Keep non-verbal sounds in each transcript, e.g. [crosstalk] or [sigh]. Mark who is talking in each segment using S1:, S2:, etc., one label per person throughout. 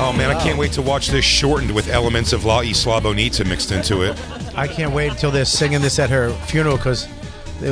S1: Oh man, I can't wait to watch this shortened with elements of La Isla Bonita mixed into it.
S2: I can't wait until they're singing this at her funeral because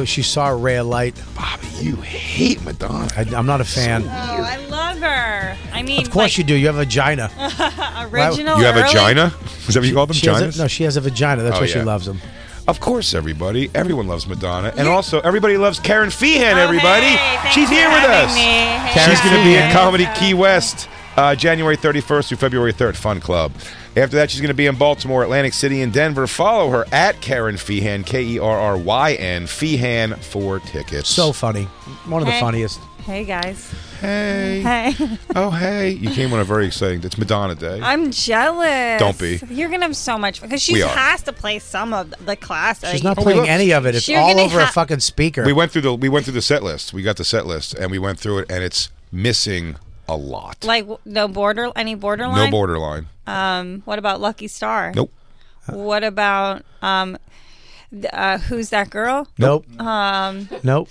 S2: she saw a ray of light.
S1: Bobby, you hate Madonna.
S2: I, I'm not a fan.
S3: Oh, I love her. I mean,
S2: Of course you do. You have a vagina.
S3: like, original.
S1: You have a
S3: early-
S1: vagina? Is that what you call them?
S2: Oh, She has a-
S1: Ginas?
S2: no, she has a vagina. That's
S1: Oh,
S2: why
S1: yeah.
S2: she loves him.
S1: Of course, everybody. Everyone loves Madonna. And also, everybody loves Karen Feehan, everybody.
S3: Oh, hey, thanks
S1: She's
S3: for
S1: here with
S3: having
S1: us.
S3: me. Hey,
S1: She's going to be at
S3: guys.
S1: Comedy Key West uh, January 31st through February 3rd, Fun Club. After that, she's going to be in Baltimore, Atlantic City, and Denver. Follow her at Karen Feehan, K E R R Y N, Feehan for tickets.
S2: So funny. One of the
S3: Hey.
S2: funniest.
S3: Hey guys.
S1: hey.
S3: Hey. [laughs]
S1: Oh, hey. You came on a very exciting It's Madonna Day.
S3: I'm jealous.
S1: Don't be.
S3: You're gonna have so much because she
S1: We are.
S3: has to play some of the classics.
S2: She's not
S1: Oh, we
S2: playing
S1: looked-
S2: any of it. It's
S3: You're
S2: all
S3: gonna
S2: over a
S3: ha-
S2: fucking speaker.
S1: we went through the we went through the set list. We got the set list and we went through it and it's missing a lot.
S3: like w- no border, any borderline.
S1: no borderline.
S3: Um, what about Lucky Star?
S1: Nope.
S3: What about um, th- uh, who's that girl?
S2: nope. nope.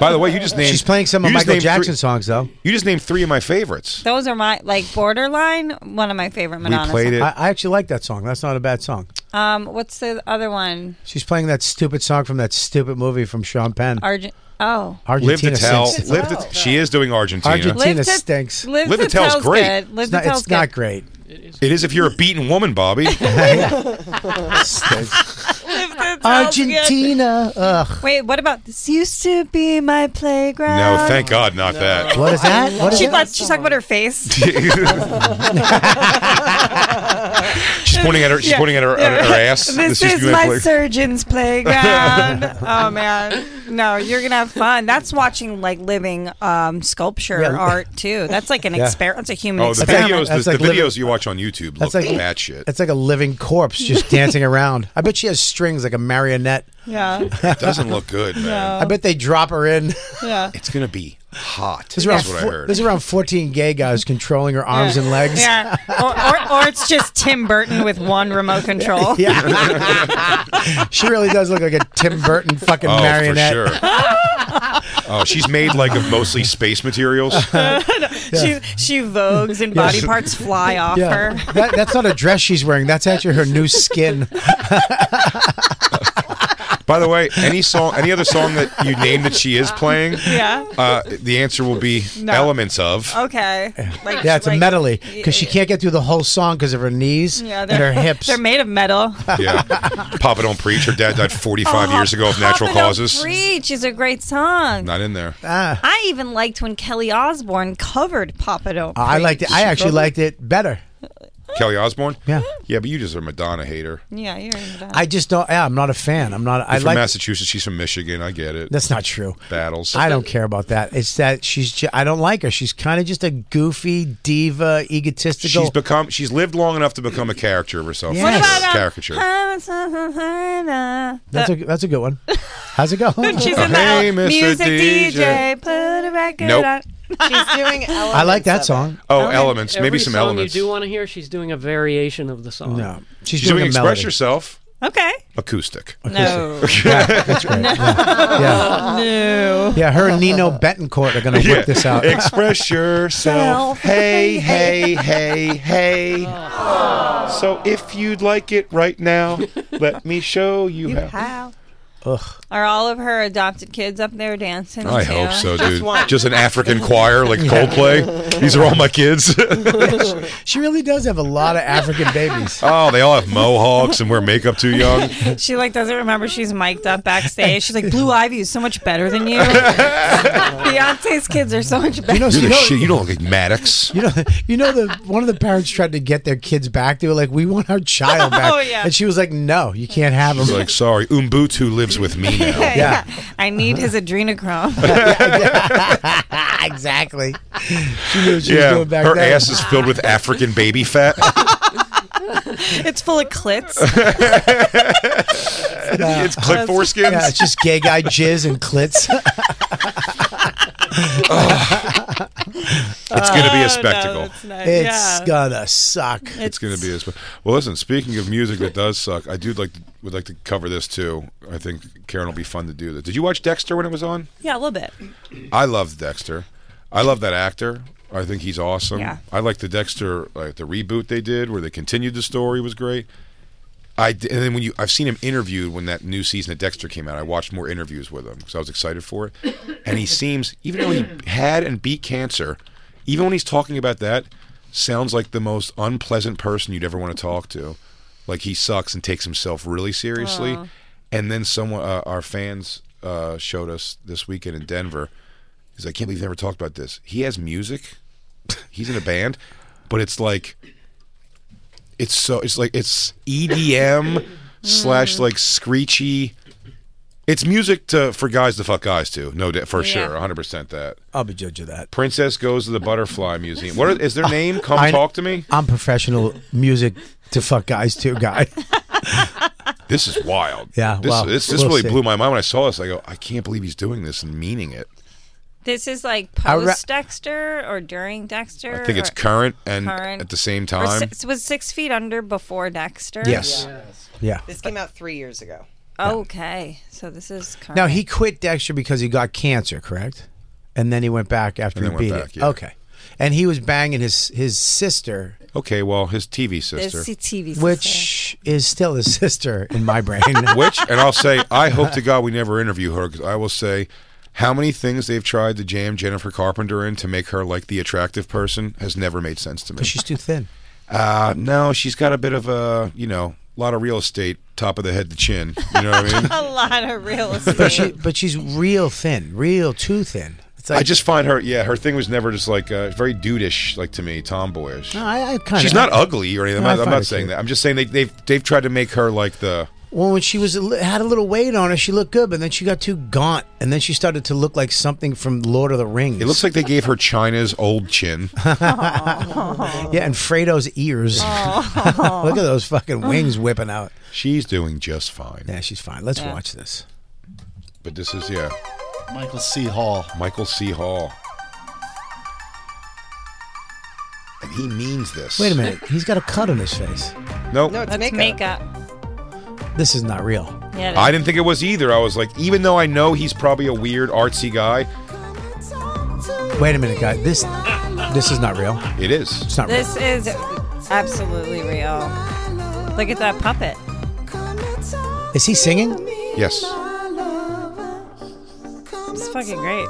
S1: By the way, you just named
S2: She's playing some
S1: Um, you
S2: of
S1: just
S2: Michael
S1: named
S2: Jackson
S1: Three,
S2: songs, though.
S1: you just named three of my favorites.
S3: Those are my like borderline. One of my favorite
S1: We
S3: Madonna.
S1: played it.
S2: I, I actually like that song. That's not a bad song.
S3: songs. Um, what's the other one?
S2: She's playing that stupid song from that stupid movie from Sean Penn.
S3: Argent. Oh,
S1: live
S2: Argentina
S1: to tell.
S2: stinks.
S1: Live to, she is doing Argentina.
S2: Argentina. Tina stinks.
S3: Live,
S1: Live
S3: to
S1: to Tell's
S3: tell's
S1: great.
S3: Good. Live
S2: It's not,
S3: to tell's
S2: it's not
S3: good. [laughs]
S2: great.
S1: It is if you're a beaten woman, Bobby.
S2: Stinks.
S3: Live to tell's good.
S2: Argentina. uh, Ugh.
S3: Wait, what about this? Used to be my playground.
S1: no, thank God, not
S2: [laughs]
S1: that. [laughs]
S2: What is that? What is
S3: She
S2: that?
S3: thought she's talking about her face.
S1: she's pointing at her. She's
S3: Yeah.
S1: pointing at her, at her
S3: [laughs]
S1: ass.
S3: This,
S1: used
S3: is
S1: to be
S3: my
S1: play-
S3: surgeon's playground.
S1: [laughs]
S3: oh man, no, you're gonna have fun. That's watching like living um, sculpture
S2: Yeah.
S3: art too. That's like an experiment. That's a human
S1: Oh, the
S3: experiment.
S1: videos.
S2: That's
S1: The,
S2: like
S1: the
S2: living-
S1: videos you watch on YouTube look
S2: That's
S1: like
S2: like-
S1: bad shit.
S2: It's like a living corpse
S3: [laughs]
S2: just dancing around. I bet she has strings like a marionette. [laughs]
S3: Yeah,
S1: It doesn't look
S3: [laughs]
S1: good, man.
S2: I
S3: Oh.
S2: bet they drop her in.
S3: yeah.
S1: It's gonna be hot.
S2: [laughs] There's
S1: That's
S2: around,
S1: what I
S2: four-
S1: heard.
S2: there's around 14 gay guys controlling her arms and legs.
S3: Yeah, or, or, or it's just Tim Burton with one remote control.
S2: [laughs] Yeah. she really does look like a Tim Burton fucking
S1: Oh,
S2: marionette.
S1: for
S3: [laughs]
S1: sure. oh, she's made like of mostly space materials.
S3: [laughs] She she vogues and body parts fly off
S2: Yeah. [laughs]
S3: her.
S2: That, that's not a dress she's wearing. That's actually her new
S3: [laughs]
S2: skin.
S1: By the way, any song, any other song that you name that she is playing,
S3: Yeah.
S1: uh, the answer will be elements of.
S3: Okay. Like,
S2: Yeah, it's a
S3: like-
S2: medley because she can't get through the whole song because of her knees
S3: Yeah,
S2: and
S3: [laughs] they're-
S2: her hips.
S3: They're made of metal.
S1: Yeah, Papa Don't Preach. Her dad died 45 years ago of natural
S3: Oh, Papa Don't
S1: causes.
S3: Preach is a great song.
S1: Not in there.
S2: Ah,
S3: I even liked when Kelly Osbourne covered Papa Don't Preach.
S2: I liked it. I actually liked it better.
S1: Kelly Osbourne.
S2: Yeah.
S1: Yeah, but you just are a Madonna hater.
S3: Yeah, you're into that.
S2: I just don't. Yeah, I'm not a fan. I'm not. I
S1: You're from
S2: like.
S1: Massachusetts. She's from Michigan. I get it.
S2: That's not true.
S1: Battles.
S2: I don't care about that. It's that she's. Ju- I don't like her. She's kind of just a goofy diva, egotistical.
S1: She's become. She's lived long enough to become a character of herself.
S2: What
S1: She's a
S2: about,
S1: caricature?
S2: that's a that's a good one. How's it go?
S3: [laughs] She's
S1: Oh,
S3: in the
S1: hey, Mr.
S3: music
S1: DJ.
S3: DJ. Put a record
S1: Nope.
S3: on.
S4: She's doing.
S2: I like that song.
S1: Oh, elements. Maybe
S5: Every
S1: some
S5: song
S1: elements.
S5: you do want to hear, she's doing a variation of the song.
S2: No, she's,
S1: She's doing
S2: a
S1: Express
S2: melody.
S1: Yourself
S3: Okay.
S1: acoustic.
S3: No.
S2: That's great. Yeah. yeah,
S3: [laughs] no.
S2: yeah. Her and Nino Betancourt are going to work this out.
S1: Express yourself.
S3: Self.
S1: hey, hey, hey, hey. So if you'd like it right now, let me show you, how.
S3: How? Are all of her adopted kids up there dancing?
S1: I
S3: too?
S1: hope so, dude. Just an African choir like Coldplay. These are all my kids. [laughs]
S2: She really does have a lot of African
S1: [laughs]
S2: babies.
S1: oh, they all have mohawks and wear makeup too [laughs] young.
S3: [laughs] She like doesn't remember she's mic'd up backstage. She's like,
S2: [laughs]
S3: Blue Ivy is so much better than you. Beyonce's kids are so much better.
S2: You know,
S1: You're
S2: you
S1: the
S2: know,
S1: shit. You don't look like Maddox.
S2: you know, [laughs] you know the one of the parents tried to get their kids back. They were like, "We want our child back,"
S3: [laughs] Oh, yeah.
S2: and she was like, "No, you can't have
S1: [laughs]
S2: him."
S1: It's like, sorry, Umbutu lives with me now.
S2: yeah.
S3: [laughs] I need his adrenochrome.
S2: [laughs] [laughs] exactly. She knew what she was
S1: Yeah,
S2: doing back
S1: her
S2: then.
S1: ass is filled with African baby [laughs] fat.
S3: it's full of
S1: [laughs]
S3: clits. Oh,
S1: it's clip foreskins.
S2: [laughs] Yeah, it's just gay guy jizz and
S3: [laughs]
S2: clits.
S1: It's going to be a
S3: No,
S1: spectacle.
S3: it's not.
S2: It's
S3: yeah.
S2: gonna suck.
S1: It's going to be a spe- well. Listen, speaking of music that does suck, I do like would like to cover this too. I think Karen will be fun to do this. Did you watch Dexter when it was on?
S3: yeah, a little bit.
S1: I loved Dexter. I love that actor. I think he's awesome.
S3: Yeah.
S1: I like the Dexter, like the reboot they did where they continued the story was great. I d- and then when you I've seen him interviewed when that new season of Dexter came out. I watched more interviews with him because I was excited for it. And he seems, even though he had and beat cancer, even when he's talking about that, sounds like the most unpleasant person you'd ever want to talk to. Like he sucks and takes himself really seriously. And then someone, uh, our fans uh, showed us this weekend in Denver. He's like, I can't believe they never talked about this. He has music. [laughs] He's in a band, but it's like it's so it's like it's EDM
S3: Mm.
S1: slash like screechy. It's music to for guys to fuck guys to, no doubt for sure, one hundred percent that.
S2: I'll be judge of that.
S1: Princess goes to the Butterfly Museum. What are, is their name? Come
S2: I-
S1: talk to me.
S2: I'm professional music to fuck guys too,
S3: [laughs]
S2: guy.
S1: This is wild.
S2: Yeah,
S1: this
S2: well,
S1: this, this
S2: we'll
S1: really
S2: see.
S1: blew my mind when I saw this. I go, I can't believe he's doing this and meaning it.
S3: This is like
S2: I ra-
S3: post Dexter or during Dexter.
S1: I think it's
S3: or-
S1: current and
S3: Current.
S1: at the same
S3: or
S1: time.
S3: six, was Six Feet Under before Dexter?
S2: Yes. Yeah.
S4: This came out three years ago.
S3: Okay, so this is current.
S2: Now he quit Dexter because he got cancer, correct? And then he went back after
S1: And
S2: he
S1: then
S2: beat
S1: went back,
S2: it.
S1: yeah.
S2: Okay. And he was banging his his sister,
S1: Okay, well, his TV
S3: This
S1: sister.
S3: is TV
S2: which is still his [laughs] sister in my brain.
S1: Which, and I'll [laughs] say, I hope to God we never interview her because I will say how many things they've tried to jam Jennifer Carpenter in to make her like the attractive person has never made sense to me.
S2: She's too thin.
S1: Uh, no, she's got a bit of a, you know, a lot of real estate, top of the head to chin. You know what I [laughs] mean?
S3: a lot of real
S2: But she
S3: estate.
S2: but she's real thin, real too thin. It's like
S1: I just find her, yeah, her thing was never just like uh, very dudeish, like to me, tomboyish.
S2: No, I, I kind of
S1: She's not ugly or anything.
S2: No, I
S1: I'm, not- I'm
S2: find her
S1: not saying
S2: cute.
S1: that. I'm just saying they, they've they've tried to make her like the
S2: Well, when she was a li- had a little weight on her, she looked good, but then she got too gaunt, and then she started to look like something from Lord of the Rings.
S1: It looks like they gave her China's old [laughs] chin.
S2: yeah, and Fredo's ears. [laughs] look at those fucking wings whipping out.
S1: She's doing just fine.
S2: Yeah, she's fine. Let's watch this.
S1: But this is yeah,
S6: Michael C. Hall.
S1: Michael C. Hall. And he means this.
S2: Wait a minute, he's got a cut on his face.
S1: Nope.
S4: No, it's
S3: That's
S4: makeup.
S3: makeup.
S2: This is not real.
S3: Yeah, it
S1: I
S3: is.
S1: didn't think it was either. I was like, even though I know he's probably a weird artsy guy,
S2: Wait a minute, guy. This this is not real.
S1: it is.
S2: It's not real.
S3: This is absolutely real. Look at that puppet.
S2: Is he singing?
S1: Yes.
S3: It's fucking great.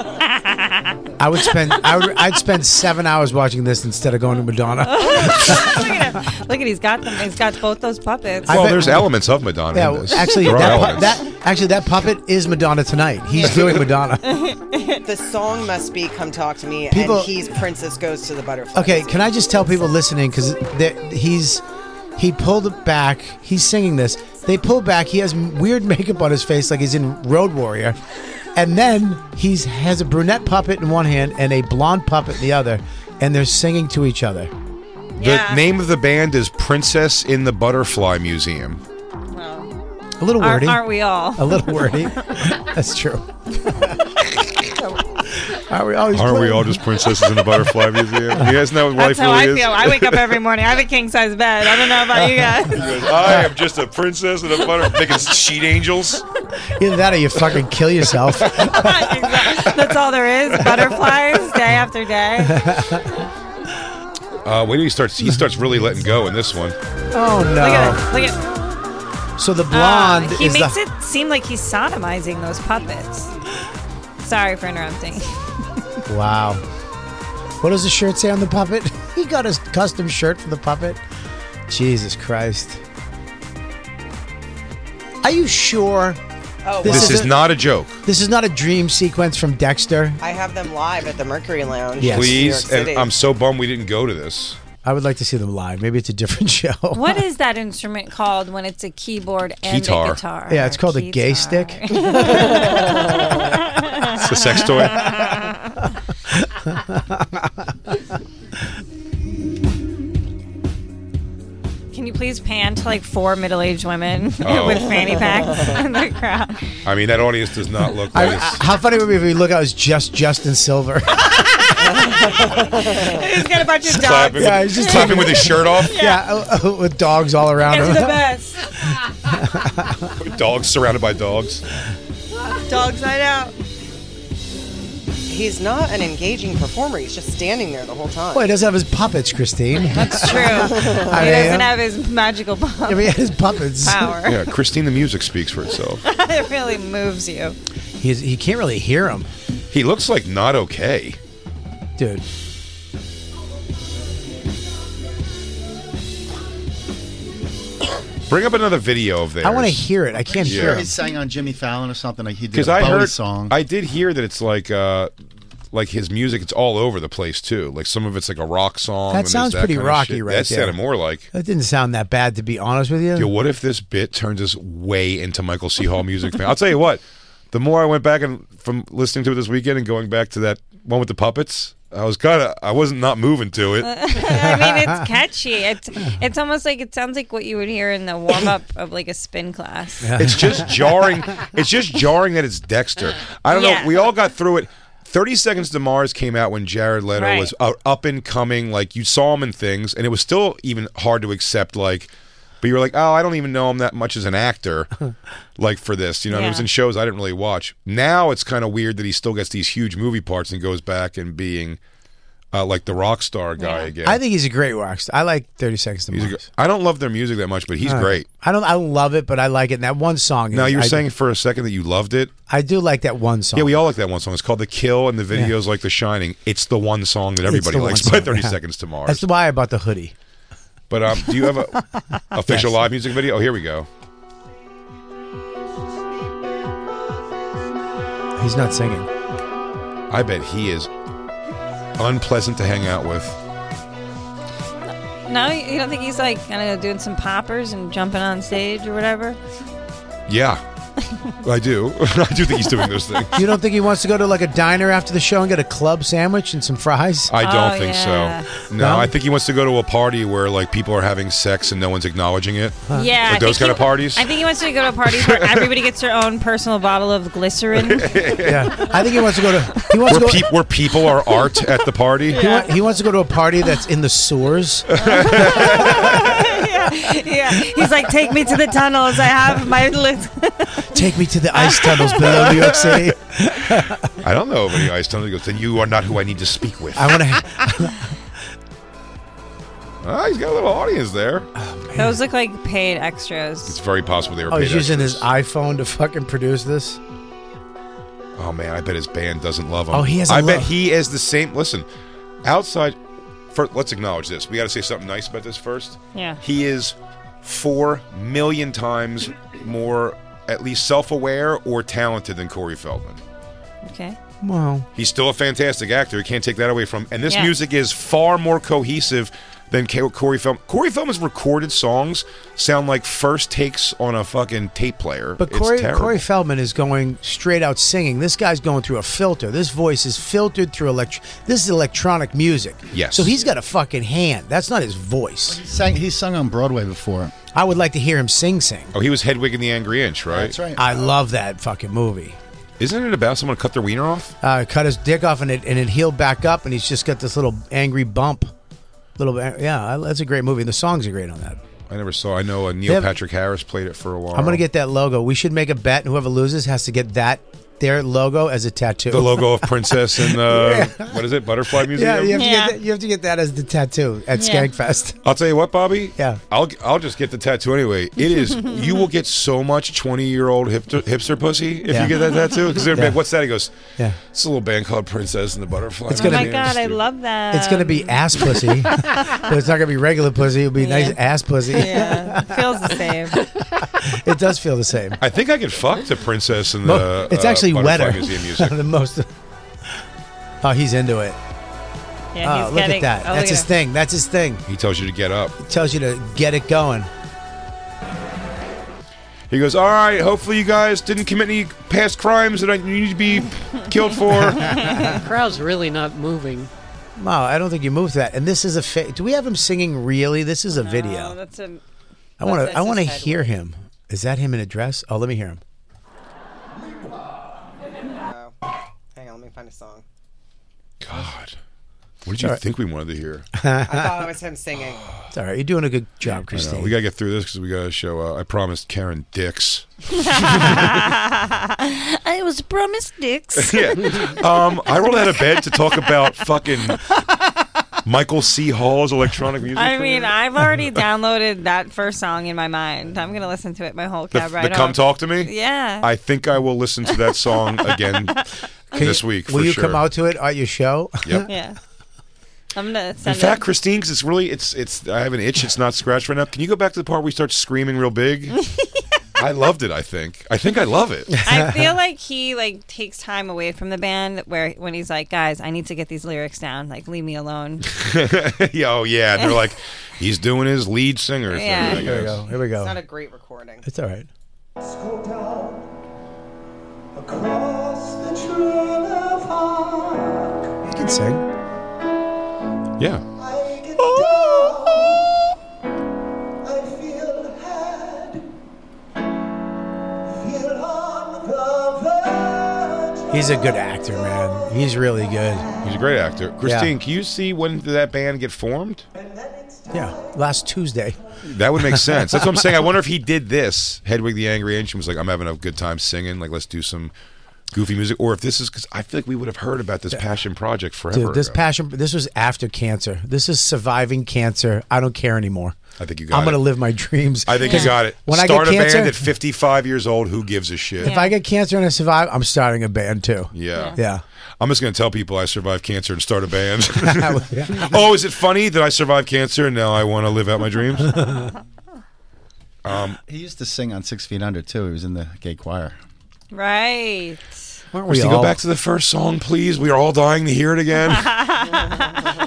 S2: I would spend I would I'd spend seven hours watching this instead of going to Madonna.
S3: Look at him. Look at he's got them. He's got both those puppets.
S2: I
S1: Well,
S2: bet-
S1: there's elements of Madonna. in
S2: Yeah,
S1: this.
S2: actually,
S1: There are
S2: that, pu-
S1: elements.
S2: that actually that puppet is Madonna tonight. He's doing Madonna.
S4: The song must be "Come Talk to Me,"
S2: People-
S4: and he's Princess Goes to the Butterfly.
S2: Okay, can I just tell people listening because he's he pulled it back. He's singing this. They pull back. He has m- weird [laughs] makeup on his face, like he's in Road Warrior, and then he's has a brunette puppet in one hand and a blonde puppet in the other, and they're singing to each other.
S1: the name of the band is Princess in the Butterfly Museum.
S2: A little
S3: aren't,
S2: wordy.
S3: aren't we all? [laughs]
S2: A little wordy. That's true. Are we always?
S1: Aren't we
S2: playing?
S1: all just princesses in the butterfly museum?
S2: [laughs]
S1: You guys know what life
S3: That's how I
S1: really
S3: feel.
S1: is.
S3: I wake up every morning. I have a king size bed. I don't know about you guys. [laughs]
S1: He goes, I am just a princess in a butter, making sheet angels.
S2: Either that or you fucking kill
S3: [laughs]
S2: yourself.
S3: That's all there is. Butterflies day after day.
S1: Uh, wait till he starts. He starts really letting go in this one.
S2: oh
S3: Look at
S2: no!
S3: it. Look
S2: [laughs]
S3: at
S2: So the
S3: uh,
S2: blonde
S3: He
S2: is
S3: makes
S2: the.
S3: it seem like he's sodomizing those puppets. Sorry for interrupting.
S2: Wow. What does the shirt say on the puppet? [laughs] he got his custom shirt for the puppet. Jesus Christ. Are you sure
S4: Oh,
S2: This
S4: wow.
S1: This
S2: is
S1: is
S2: a-
S1: not a joke.
S2: this is not a dream sequence from Dexter?
S4: I have them live at the Mercury Lounge.
S2: Yes.
S4: in New York
S1: Please, and
S4: City.
S1: I'm so bummed we didn't go to this.
S2: I would like to see them live. Maybe it's a different [laughs] show.
S3: What is that instrument called when it's a keyboard and
S1: Keytar.
S3: a guitar?
S2: Yeah, it's called a gay
S3: Keytar. [laughs]
S2: stick.
S1: It's a sex toy.
S3: Can you please pan to like four middle-aged women [laughs] with fanny packs in the crowd?
S1: I mean, that audience does not look
S2: I-
S1: like. it's-
S2: how funny would it be if we look out as just Justin Silver? [laughs]
S3: He's got a bunch of
S1: Clapping,
S3: dogs.
S2: Yeah, he's just
S1: clapping with his shirt off.
S2: yeah, oh, oh, with dogs all around
S3: Guys
S2: him.
S3: are
S2: [laughs]
S3: the best.
S1: Dogs surrounded by dogs.
S3: Dogs night out.
S4: He's not an engaging performer. He's just standing there the whole time.
S2: Well, he doesn't have his puppets,
S3: [laughs]
S2: Christine.
S3: It's true. he
S2: I mean,
S3: doesn't have his magical
S2: I
S3: pump
S2: mean, his puppets.
S3: power.
S1: Yeah, Christine, the music speaks for itself.
S3: [laughs] it really moves you.
S2: He's, he can't really hear him,
S1: He looks like not okay.
S2: dude.
S1: Bring up another video of theirs.
S2: I want to hear it. I can't
S1: Yeah.
S2: hear
S6: He
S2: him.
S6: sang on Jimmy Fallon or something. Like he did
S1: because
S6: a
S1: I
S6: Bowie
S1: heard
S6: song.
S1: I did hear that it's like uh like his music it's all over the place too. Like some of it's like a rock song.
S2: That
S1: and there's
S2: sounds pretty
S1: kind of
S2: rocky
S1: shit.
S2: right
S1: That
S2: there.
S1: sounded more like.
S2: That didn't sound that bad, to be honest with you.
S1: Yo, what if this bit turns us way into Michael C. Hall music fan? I'll tell you what. The more I went back and from listening to it this weekend and going back to that one with the puppets, I was kind of I wasn't not moving to it.
S3: I mean, it's catchy. It's it's almost like it sounds like what you would hear in the warm up of like a spin class.
S1: It's just jarring. It's just jarring that it's Dexter. I don't
S3: Yeah.
S1: know. We all got through it. 30 Seconds to Mars came out when Jared Leto
S3: Right.
S1: was out, up and coming. Like, you saw him in things, and it was still even hard to accept. Like, but you were like, oh, I don't even know him that much as an actor,
S3: [laughs]
S1: like, for this. You know, and it was
S3: Yeah.
S1: in shows I didn't really watch. Now it's kind of weird that he still gets these huge movie parts and goes back and being, uh, like, the rock star guy again.
S2: I think he's a great rock star. I like Thirty Seconds to
S1: He's a
S2: Mars.
S1: gr- I don't love their music that much, but he's great.
S2: I don't. I don't love it, but I like it. And that one song.
S1: Now,
S2: is-
S1: you were
S2: I,
S1: saying for a second that you loved it.
S2: I do like that one song.
S1: Yeah, we all like that one song. It's called The Kill, and the video's like The Shining. It's the one song that everybody
S2: the one
S1: likes [laughs] by
S2: song,
S1: 30
S2: yeah.
S1: Seconds to Mars.
S2: That's why I bought the hoodie.
S1: but um, do you
S2: [laughs]
S1: have a official live music video? Oh, here we go.
S2: He's not singing.
S1: I bet he is unpleasant to hang out with.
S3: No, you don't think he's like kind of doing some poppers and jumping on stage or whatever?
S2: [laughs]
S1: Yeah, I do. [laughs] I do think he's doing those things.
S2: You don't think he wants to go to like a diner after the show and get a club sandwich and some
S1: [laughs]
S2: fries?
S1: I don't
S3: Oh,
S1: think so.
S3: yeah.
S1: No,
S2: No?
S1: I think he wants to go to a party where like people are having sex and no one's acknowledging it.
S3: Yeah,
S1: Like
S3: I
S1: those kind
S3: think
S1: of
S3: he-
S1: parties?
S3: I think he wants to go to a party where everybody gets their own personal bottle of glycerin.
S2: yeah. I think he wants to go to. He wants
S1: Where,
S2: to go.
S1: peop where people are art at
S2: [laughs]
S1: the party.
S2: he, wa- he wants to go to a party that's in the sewers.
S3: [laughs] yeah, yeah. He's like, take me to the tunnels. I have my [laughs] list.
S2: Take me to the ice tunnels below New York City.
S1: I don't know of any ice tunnel. He goes, then you are not who I need to speak with.
S2: I oh, want to.
S1: Ah, he's got a little audience there.
S3: Those look like paid extras.
S1: It's very possible they were.
S2: Oh,
S1: paid
S2: he's using his
S1: extras.
S2: iPhone to fucking produce this.
S1: Oh man, I bet his band doesn't love him.
S2: Oh, he has a
S1: I bet
S2: love-
S1: he is the same. Listen, outside. For, let's acknowledge this. We got to say something nice about this first.
S3: Yeah.
S1: He is four million times more, at least self-aware or talented than Corey Feldman.
S3: Okay.
S2: Wow.
S1: He's still a fantastic actor. You can't take that away from. And this
S3: Yeah.
S1: music is far more cohesive than Ca- Corey Feldman. Corey Feldman's recorded songs sound like first takes on a fucking tape player.
S2: But
S1: It's
S2: Corey,
S1: terrible.
S2: Corey Feldman is going straight out singing. This guy's going through a filter. This voice is filtered through elect. This is electronic music.
S1: Yes.
S2: So he's got a fucking hand. That's not his voice.
S6: he sang. He sung on Broadway before.
S2: I would like to hear him sing, sing.
S1: Oh, he was Hedwig in the Angry Inch, right?
S6: That's right.
S2: I love that fucking movie.
S1: Isn't it about someone cut their wiener off?
S2: Uh, cut his dick off and it and it healed back up, and he's just got this little angry bump. Little bit, yeah, I- that's a great movie. The songs are great on that.
S1: I never saw. I know uh, Neil
S2: have-
S1: Patrick Harris played it for a while.
S2: I'm gonna get that logo. We should make a bet, and whoever loses has to get that their logo as a tattoo.
S1: the logo of
S2: [laughs]
S1: Princess and uh, what is it? Butterfly Museum.
S2: Yeah, you have,
S3: Yeah.
S2: To get that, you have to get that as the tattoo at
S3: Yeah.
S2: Skagfest.
S1: I'll tell you what, Bobby.
S2: Yeah.
S1: I'll I'll just get the tattoo anyway.
S2: [laughs]
S1: It is you will get so much twenty year old hipster, hipster pussy if
S2: Yeah.
S1: you get that tattoo because they're like, what's that? He goes,
S2: Yeah.
S1: it's a little band called Princess and the Butterfly.
S2: It's
S3: Oh
S2: gonna
S3: my
S2: be-
S3: god, I love that.
S2: It's gonna
S3: Um,
S2: be ass
S3: [laughs]
S2: pussy, but it's not gonna be regular pussy. It'll be nice
S3: Yeah.
S2: ass pussy.
S3: Yeah, feels
S2: [laughs]
S3: the same.
S2: It does feel the
S1: [laughs]
S2: same.
S1: I think I could fuck the Princess and
S2: Mo-
S1: the.
S2: it's
S1: uh,
S2: actually
S1: Butterfly
S2: wetter
S1: Museum
S2: [laughs]
S1: music.
S2: than most. Oh, he's into it.
S3: Yeah,
S2: oh,
S3: he's
S2: look
S3: getting.
S2: at that.
S3: oh,
S2: That's
S3: look
S2: his
S3: at
S2: thing. That's his thing.
S1: He tells you to get up.
S2: It tells you to get it going.
S1: He goes, all right. Hopefully you guys didn't commit any past crimes that I, you need to be killed
S3: [laughs]
S1: for.
S5: The crowd's really not moving.
S2: Mo, I don't think you moved that. And this is a. Fa- Do we have him singing? Really? This is a
S3: him. Oh,
S2: video.
S3: that's a.
S2: I want
S3: that's
S2: to. I want to
S3: his head
S2: hear him. Is that him in a dress? Oh, let me hear him.
S4: Hang on, let me find a song.
S1: God, what did you think we wanted to hear?
S4: I thought it was him singing.
S2: It's all right. You're doing a good job,
S1: No,
S2: Christine.
S1: Oh, we gotta get through this because we gotta show. Uh, I promised Karen
S2: [laughs]
S1: Dix.
S3: I was promised dicks.
S1: Yeah. Um, I rolled out of bed to talk about fucking Michael C. Hall's electronic music.
S3: [laughs] I
S1: career.
S3: mean, I've
S2: [laughs]
S3: already downloaded that first song in my mind. I'm gonna listen to it my whole
S1: the,
S3: cab ride
S1: the come
S3: home.
S1: talk to me.
S3: Yeah.
S1: I think I will listen to that song again
S3: [laughs]
S1: this week.
S2: Will
S1: for
S2: you
S1: sure.
S2: come out to it at your
S1: [laughs]
S2: show?
S1: Yep.
S3: yeah. I'm gonna
S1: In
S3: send
S1: fact,
S3: it.
S1: Christine, because it's really it's it's I have an itch. It's not scratched right now. Can you go back to the part where we start screaming real big? I loved it. I think. I think I love it. [laughs]
S3: I feel like he like takes time away from the band where when he's like, guys, I need to get these lyrics down. Like, leave
S1: [laughs]
S3: me alone.
S1: yeah, oh yeah. And they're like, he's doing his lead singer. thing,
S3: Yeah.
S1: I
S3: There we
S2: Here we
S1: guess.
S2: go. Here we
S4: It's not
S2: go.
S4: a great recording.
S2: It's all right. You can sing.
S1: Yeah.
S2: He's a good actor, man. He's really good.
S1: He's a great actor. Christine, can you see when did that band get formed?
S2: Yeah. Last Tuesday.
S1: That would make sense. That's what I'm saying. I wonder if he did this. Hedwig the Angry Ancient was like, I'm having a good time singing. Like, let's do some goofy music. Or if this is because I feel like we would have heard about this passion project forever.
S2: Dude, this
S1: ago.
S2: passion. This was after cancer. This is surviving cancer. I don't care anymore.
S1: I think you got
S2: I'm gonna
S1: it.
S2: live my dreams.
S1: I think you got it.
S2: When I get
S1: Start a
S2: cancer-
S1: band at 55 years old. Who gives a shit?
S2: if I get cancer and I survive, I'm starting a band too.
S1: Yeah.
S2: Yeah.
S1: I'm just going to tell people I survived cancer and start a band.
S2: [laughs] Yeah.
S1: [laughs] oh, is it funny that I survived cancer and now I want to live out my
S2: [laughs]
S1: dreams?
S6: He used to sing on Six Feet Under too. He was in the gay choir.
S3: right.
S2: Weren't
S1: Just
S2: we
S1: to go
S2: all-
S1: back to the first song, please. We are all dying to hear it [laughs] again.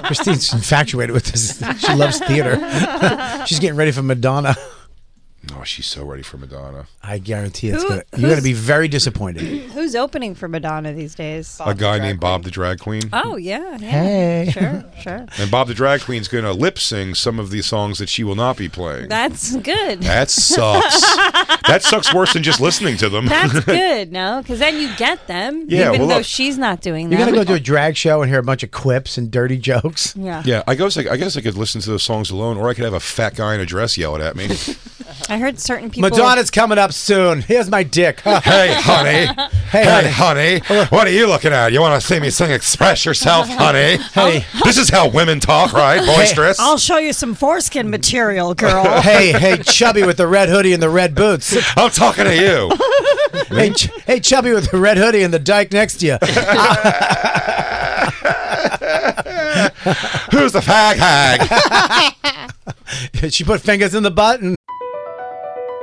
S2: Christine's infatuated with this. She loves theater. [laughs] She's getting ready for Madonna.
S1: oh, she's so ready for Madonna.
S2: I guarantee it's
S3: Who-
S2: good. You're gonna
S3: who's-
S2: be very
S3: [clears throat]
S2: disappointed.
S3: Who's opening for Madonna these days?
S1: a guy named Bob Oh, the Drag [laughs] Queen.
S3: Oh yeah. yeah.
S2: Hey.
S3: Sure.
S1: [laughs]
S3: Sure.
S1: And Bob the Drag Queen's going to lip sing some of the songs that she will not be playing. That,
S3: That's good.
S1: sucks. [laughs] that sucks worse than just listening to them.
S3: That's good, no? Because then you get them,
S1: Yeah,
S3: even
S1: well,
S3: though
S1: look.
S3: she's not doing
S2: You're
S3: them.
S2: gonna go to a drag show and hear a bunch of quips and dirty jokes.
S3: yeah.
S1: yeah, I guess I, I guess I could listen to those songs alone, or I could have a fat guy in a dress yell it
S2: [laughs]
S1: at me.
S3: I heard certain people.
S2: Madonna's coming up soon. Here's my dick.
S1: hey, honey. Hey,
S2: honey.
S1: honey. What are you looking at? You want to see me sing "Express Yourself," honey?
S2: [laughs] Hey.
S1: This is how women talk, right? Boisterous.
S3: show you some foreskin material,
S1: [laughs]
S3: girl.
S2: hey, hey, chubby with the red hoodie and the red boots.
S1: I'm talking to
S2: [laughs]
S1: you.
S2: Hey, ch- hey, chubby with the red hoodie and the dyke next to you. [laughs]
S1: Who's the fag hag?
S2: she put fingers in the button.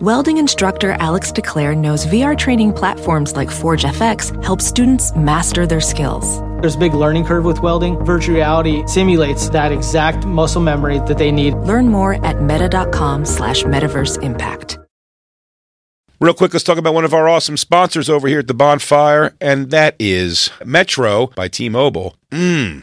S7: Welding instructor Alex DeClaire knows VR training platforms like Forge FX help students master their skills.
S8: There's a big learning curve with welding. Virtual reality simulates that exact muscle memory that they need.
S7: Learn more at meta.com slash metaverse impact.
S1: Real quick, let's talk about one of our awesome sponsors over here at the bonfire, and that is Metro by T Mobile. Mmm.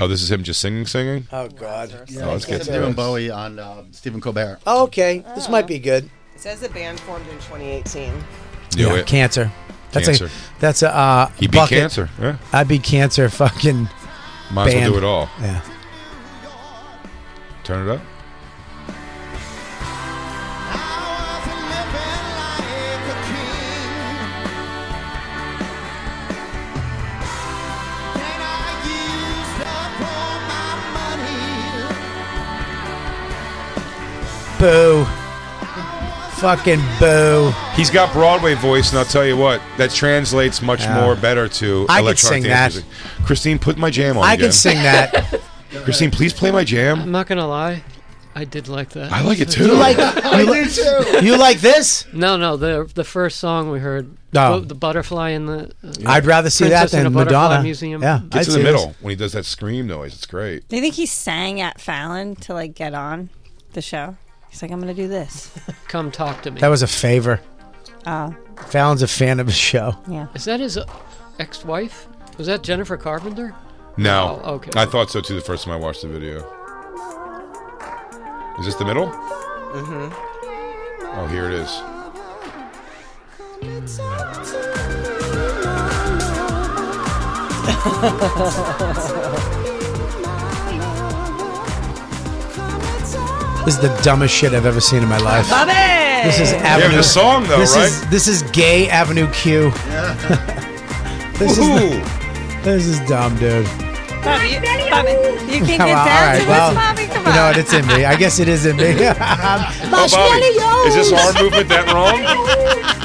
S1: Oh, this is him just singing, singing?
S2: Oh God.
S1: Oh, let's get to
S6: Stephen
S1: this.
S6: Bowie on uh, Stephen Colbert.
S2: Oh, okay, this might be good.
S4: It says the band formed in 2018.
S1: Do it.
S2: Cancer. That's
S1: Cancer.
S2: a that's a uh,
S1: He beat
S2: bucket.
S1: cancer. Yeah.
S2: I beat cancer. Fucking
S1: Might as well
S2: Band.
S1: do it all.
S2: yeah.
S1: Turn it up.
S2: Boo. Fucking boo.
S1: He's got Broadway voice, and I'll tell you what, that translates much
S2: Yeah.
S1: more better to
S2: I could sing
S1: electronic dance
S2: that.
S1: music. Christine, put my jam on.
S2: I
S1: again.
S2: can sing
S1: [laughs]
S2: that.
S1: Christine, please play my
S5: I'm
S1: jam.
S5: not gonna lie, I did like that.
S1: I like it too.
S2: You like you, li- you like this?
S5: No, no, the the first song we heard,
S2: No.
S5: bu- the butterfly in the. Uh,
S2: I'd rather see
S5: Princess
S2: that
S5: in a
S2: than
S5: Butterfly
S2: Madonna.
S5: Museum.
S2: Yeah,
S1: Get
S2: I'd
S1: to
S2: see
S1: the
S2: this.
S1: middle when he does that scream noise. It's great.
S3: Do you think he sang at Fallon to like get on the show? He's like, I'm gonna
S1: [laughs]
S3: do this.
S5: Come talk to me.
S2: That was a favor.
S5: Ah.
S3: Oh,
S2: Fallon's a fan of the show.
S3: yeah.
S5: Is that his uh, ex-wife? Was that Jennifer Carpenter?
S1: No.
S5: Oh, okay.
S1: I thought so too the first time I watched the video. Is this the middle? Mm-hmm. Oh, here it is.
S2: This is the dumbest shit I've ever seen in my life.
S3: Love it.
S2: This is
S1: Yeah,
S2: Avenue.
S1: but the song though,
S2: this
S1: right?
S2: is this is Gay Avenue Q. this is
S1: Ooh.
S2: the- this is dumb, dude.
S3: Bobby, you, Bobby, you can't get
S2: Well, all
S3: down
S2: right,
S3: to
S2: well,
S3: this, Bobby. Come
S2: you
S3: on.
S2: know what? It's in me. I guess it is in
S3: [laughs]
S2: me. [laughs]
S1: oh, Bobby, is this our movement that wrong?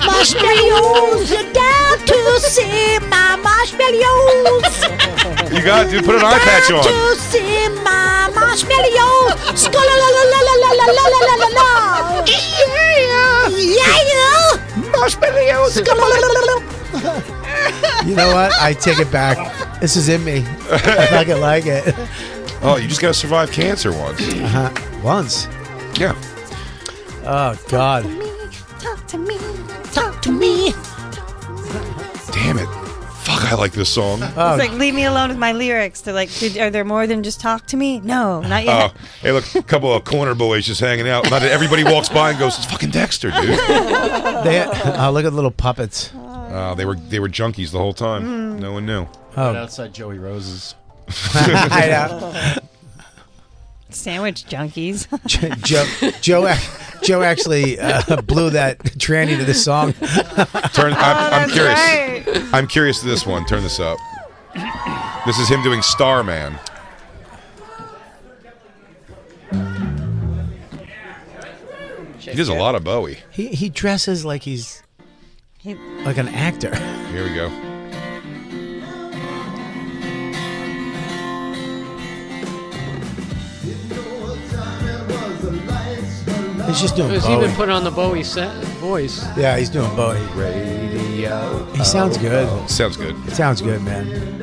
S7: Marshmallows, you down to see my marshmallows.
S1: You got to put an eye patch on.
S7: see my marshmallows. Skull-a-la-la-la-la-la-la-la-la-la-la. Yeah.
S1: Marshmallows.
S2: you know what? I take it back. This is in me. I fucking like it.
S1: Oh, you just got to survive cancer once.
S2: Once.
S1: Yeah.
S2: Oh God.
S7: Talk to me. Talk to me.
S1: Damn it. Fuck, I like this song.
S3: It's like, leave me alone with my lyrics. They're like, Did, are there more than just talk to me? No, not
S1: Oh,
S3: yet.
S1: hey, look, a couple of corner boys just hanging out. Not that everybody walks by and goes, "It's fucking Dexter, dude."
S2: They, oh, look at the little puppets.
S1: Uh, they were they were junkies the whole time. No one knew.
S2: Oh.
S6: Right outside Joey Rose's.
S2: I know.
S3: Sandwich junkies.
S2: [laughs] Joe, Joe, ac- Joe actually uh, blew that tranny to the song.
S1: Turn. I'm, I'm
S3: That's
S1: curious.
S3: right.
S1: I'm curious to this one. Turn this up. This is him doing Starman. He does a lot of Bowie.
S2: He he dresses like he's
S3: He-
S2: like an actor.
S1: Here we go.
S2: He's just doing
S5: Because he
S2: Bowie.
S5: even put on the Bowie set, voice.
S2: yeah, he's doing Bowie.
S5: Radio.
S2: He sounds good.
S1: Sounds good.
S2: It sounds good, man.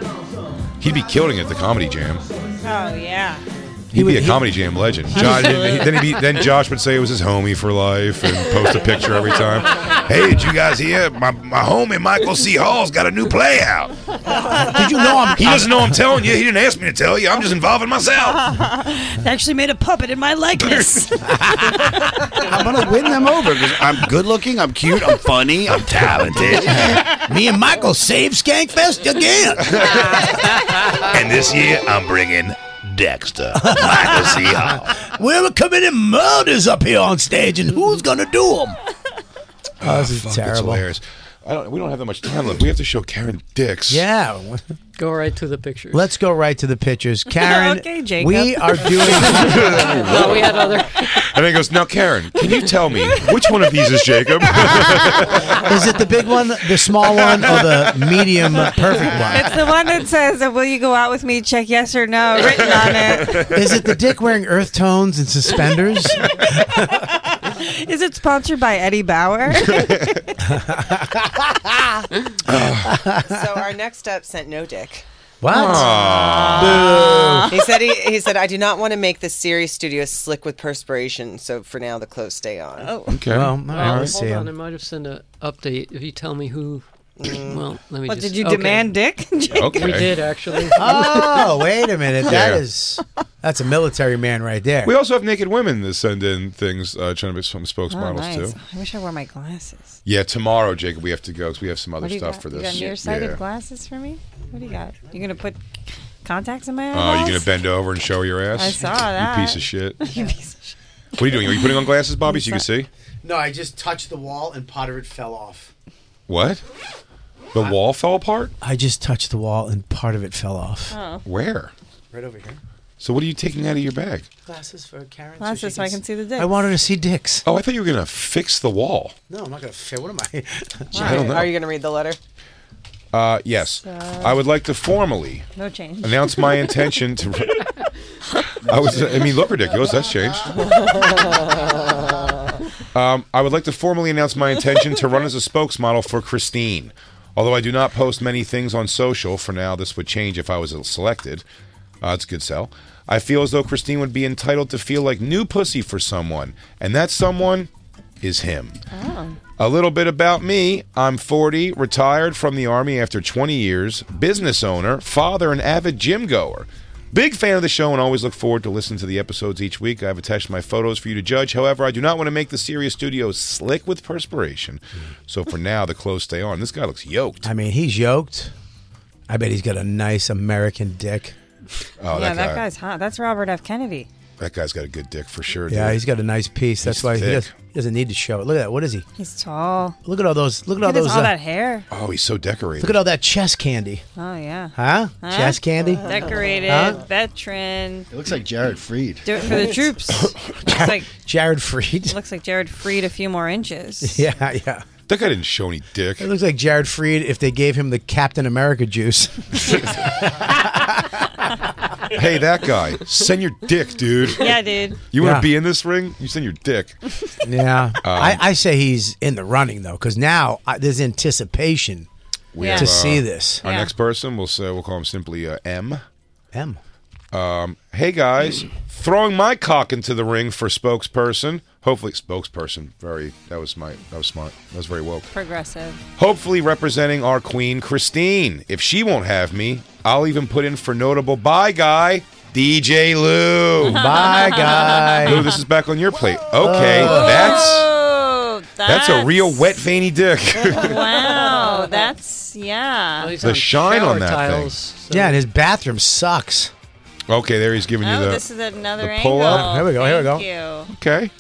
S1: He'd be killing it at the comedy jam.
S3: Oh yeah.
S1: He'd be a comedy jam legend. Josh, then, he'd be, then Josh would say it was his homie for life and post a picture every time. Hey, did you guys hear? My, my homie Michael C. Hall's got a new play out.
S2: Did you know I'm? [laughs]
S1: He doesn't know I'm telling you. He didn't ask me to tell you. I'm just involving myself.
S3: they actually made a puppet in my likeness.
S9: I'm gonna win them over because I'm good looking, I'm cute, I'm funny, I'm
S1: [laughs]
S9: talented.
S2: Me and Michael save Skankfest again.
S9: and this year I'm bringing Dexter, Michael C.
S1: [laughs]
S9: Hall.
S2: We're committing murders up here on stage, and who's gonna do them? Oh, this is
S1: Fuck, that's
S2: terrible.
S1: hilarious. I don't, we don't have that much time left. We have to show Karen dicks. [laughs]
S2: Yeah.
S5: Go right to the picture.
S2: Let's go right to the
S5: [laughs]
S2: pictures, Karen.
S5: Okay, Jacob.
S2: We are doing.
S5: Oh, we
S2: [laughs]
S5: had other.
S1: And then he goes, now, Karen, can you tell me which one of these is
S3: [laughs]
S1: Jacob?
S2: is it the big one, the small one, or the medium uh, perfect one?
S3: it's the one that says, "Will you go out with me? Check yes or no." Written on it.
S2: Is it the dick wearing earth tones and suspenders?
S3: Is it sponsored by
S1: [laughs]
S3: Eddie Bauer?
S4: so
S2: [laughs]
S4: our next up sent no dick.
S2: What? Ah.
S4: He said he, he said I do not want to make this series studio slick with perspiration, so for now the clothes stay on.
S5: Oh.
S1: Okay. Well, all right,
S5: Well,
S1: I
S5: hold
S1: see
S5: on. I might have sent an update. If you tell me who. Well, let me
S3: Mm. What,
S5: just.
S3: did you
S5: okay.
S1: [laughs]
S3: demand Ah. dick?
S1: [laughs]
S3: [laughs]
S1: Okay.
S5: We did, actually.
S1: [laughs]
S2: Oh, wait a minute.
S1: Yeah.
S2: That is that's a military man right there.
S1: We also have naked women that send in things, uh, trying to be some
S3: Oh,
S1: spokesmodels
S3: nice.
S1: too.
S3: I wish I wore my glasses.
S1: Yeah, tomorrow, Jacob, we have to go 'cause we have some other
S3: What do you
S1: stuff
S3: got?
S1: for
S3: You got
S1: this.
S3: nearsighted
S1: yeah.
S3: glasses for me? What do you got? You gonna put contacts in my
S1: Oh,
S3: eyes?
S1: you gonna bend over and show your ass?
S3: I saw that.
S1: You piece of shit.
S3: [laughs] You piece of shit.
S1: What are you doing? Are you putting on glasses, Bobby, so you can see?
S2: No, I just touched the wall and part of it fell off.
S1: What? The
S3: Uh,
S1: wall fell apart?
S2: I just touched the wall and part of it fell off.
S3: Oh.
S1: Where?
S2: Right over here.
S1: So what are you taking out of your bag?
S2: Glasses for Karen.
S3: Glasses so I can see the dick.
S2: I wanted to see dicks.
S1: Oh, I thought you were gonna fix the wall.
S2: No, I'm not gonna fit. What am I?
S1: I don't know.
S4: Are you gonna read the letter?
S1: Uh, yes. I would like to formally
S3: No change.
S1: announce my intention
S3: [laughs]
S1: to. [laughs] I was. I mean, look ridiculous. That's changed. Um, I would like to formally announce my intention to run as a spokesmodel for Christine. Although I do not post many things on social for now, this would change if I was selected. Uh, it's a good sell. I feel as though Christine would be entitled to feel like new pussy for someone, and that someone is him. A little bit about me. I'm 40, retired from the Army after 20 years, business owner, father, and avid gym goer. Big fan of the show and always look forward to listening to the episodes each week. I've attached my photos for you to judge. However, I do not want to make the serious studio slick with perspiration. So for now, the clothes stay on. This guy looks yoked.
S3: Uh,
S2: I mean, he's yoked. I bet he's got a nice American dick.
S1: Oh,
S3: yeah,
S1: that,
S3: that
S1: guy,
S3: guy's hot. That's Robert F. Kennedy.
S1: that guy's got a good dick for sure.
S2: Yeah,
S1: dude.
S2: he's got a nice piece. That's
S1: He's
S2: why he,
S1: thick.
S2: does, he doesn't need to show it. Look at that. What is he?
S3: He's tall.
S2: Look at all those. Look at
S3: Look
S2: all
S3: at this-
S2: those.
S3: all
S2: uh,
S3: that hair.
S1: Oh, he's so decorated.
S2: Look at all that chess candy.
S3: Oh yeah.
S2: Huh?
S3: Huh?
S2: Chess candy?
S3: Decorated
S2: Huh?
S3: veteran.
S6: It looks like Jared Freed.
S3: Do it for
S1: [laughs]
S3: the troops. looks like
S2: Jared Freed.
S3: looks like Jared Freed a few more
S2: [laughs]
S3: inches.
S2: Yeah, yeah.
S1: that guy didn't show any dick.
S2: It looks like Jared Freed if they gave him the Captain America
S3: [laughs]
S2: juice.
S1: hey, that guy, send your dick, dude.
S3: Yeah, dude.
S1: You want to
S2: Yeah.
S1: be in this ring? You send your dick.
S2: yeah.
S1: Um,
S2: I, I say he's in the running, though, because now I, there's anticipation
S3: Yeah.
S2: to
S3: have, uh,
S2: see this.
S1: Our
S3: Yeah.
S1: next person, we'll say we'll call him simply uh, M.
S2: M.
S1: Um, hey guys, throwing my cock into the ring for spokesperson. Hopefully, spokesperson. Very. That was my. That was smart. That was very woke.
S3: Progressive.
S1: Hopefully, representing our queen Christine. If she won't have me, I'll even put in for notable bye guy DJ Lou.
S2: Bye,
S1: Lou,
S3: [laughs]
S2: guy.
S1: this is back on your plate. Okay, that's
S3: Oh,
S1: that's a real wet veiny dick. [laughs]
S2: [laughs]
S3: Wow, that's
S5: Well,
S3: yeah.
S5: he's
S1: The
S5: on
S1: shine on
S5: shower
S1: that thing.
S5: tiles, so-
S2: Yeah, and his bathroom sucks.
S1: okay, there he's giving you
S3: Oh,
S1: the.
S3: this is another
S1: the
S3: angle.
S1: pull up.
S2: Here we go, here we
S3: Thank
S2: go.
S3: You.
S1: okay.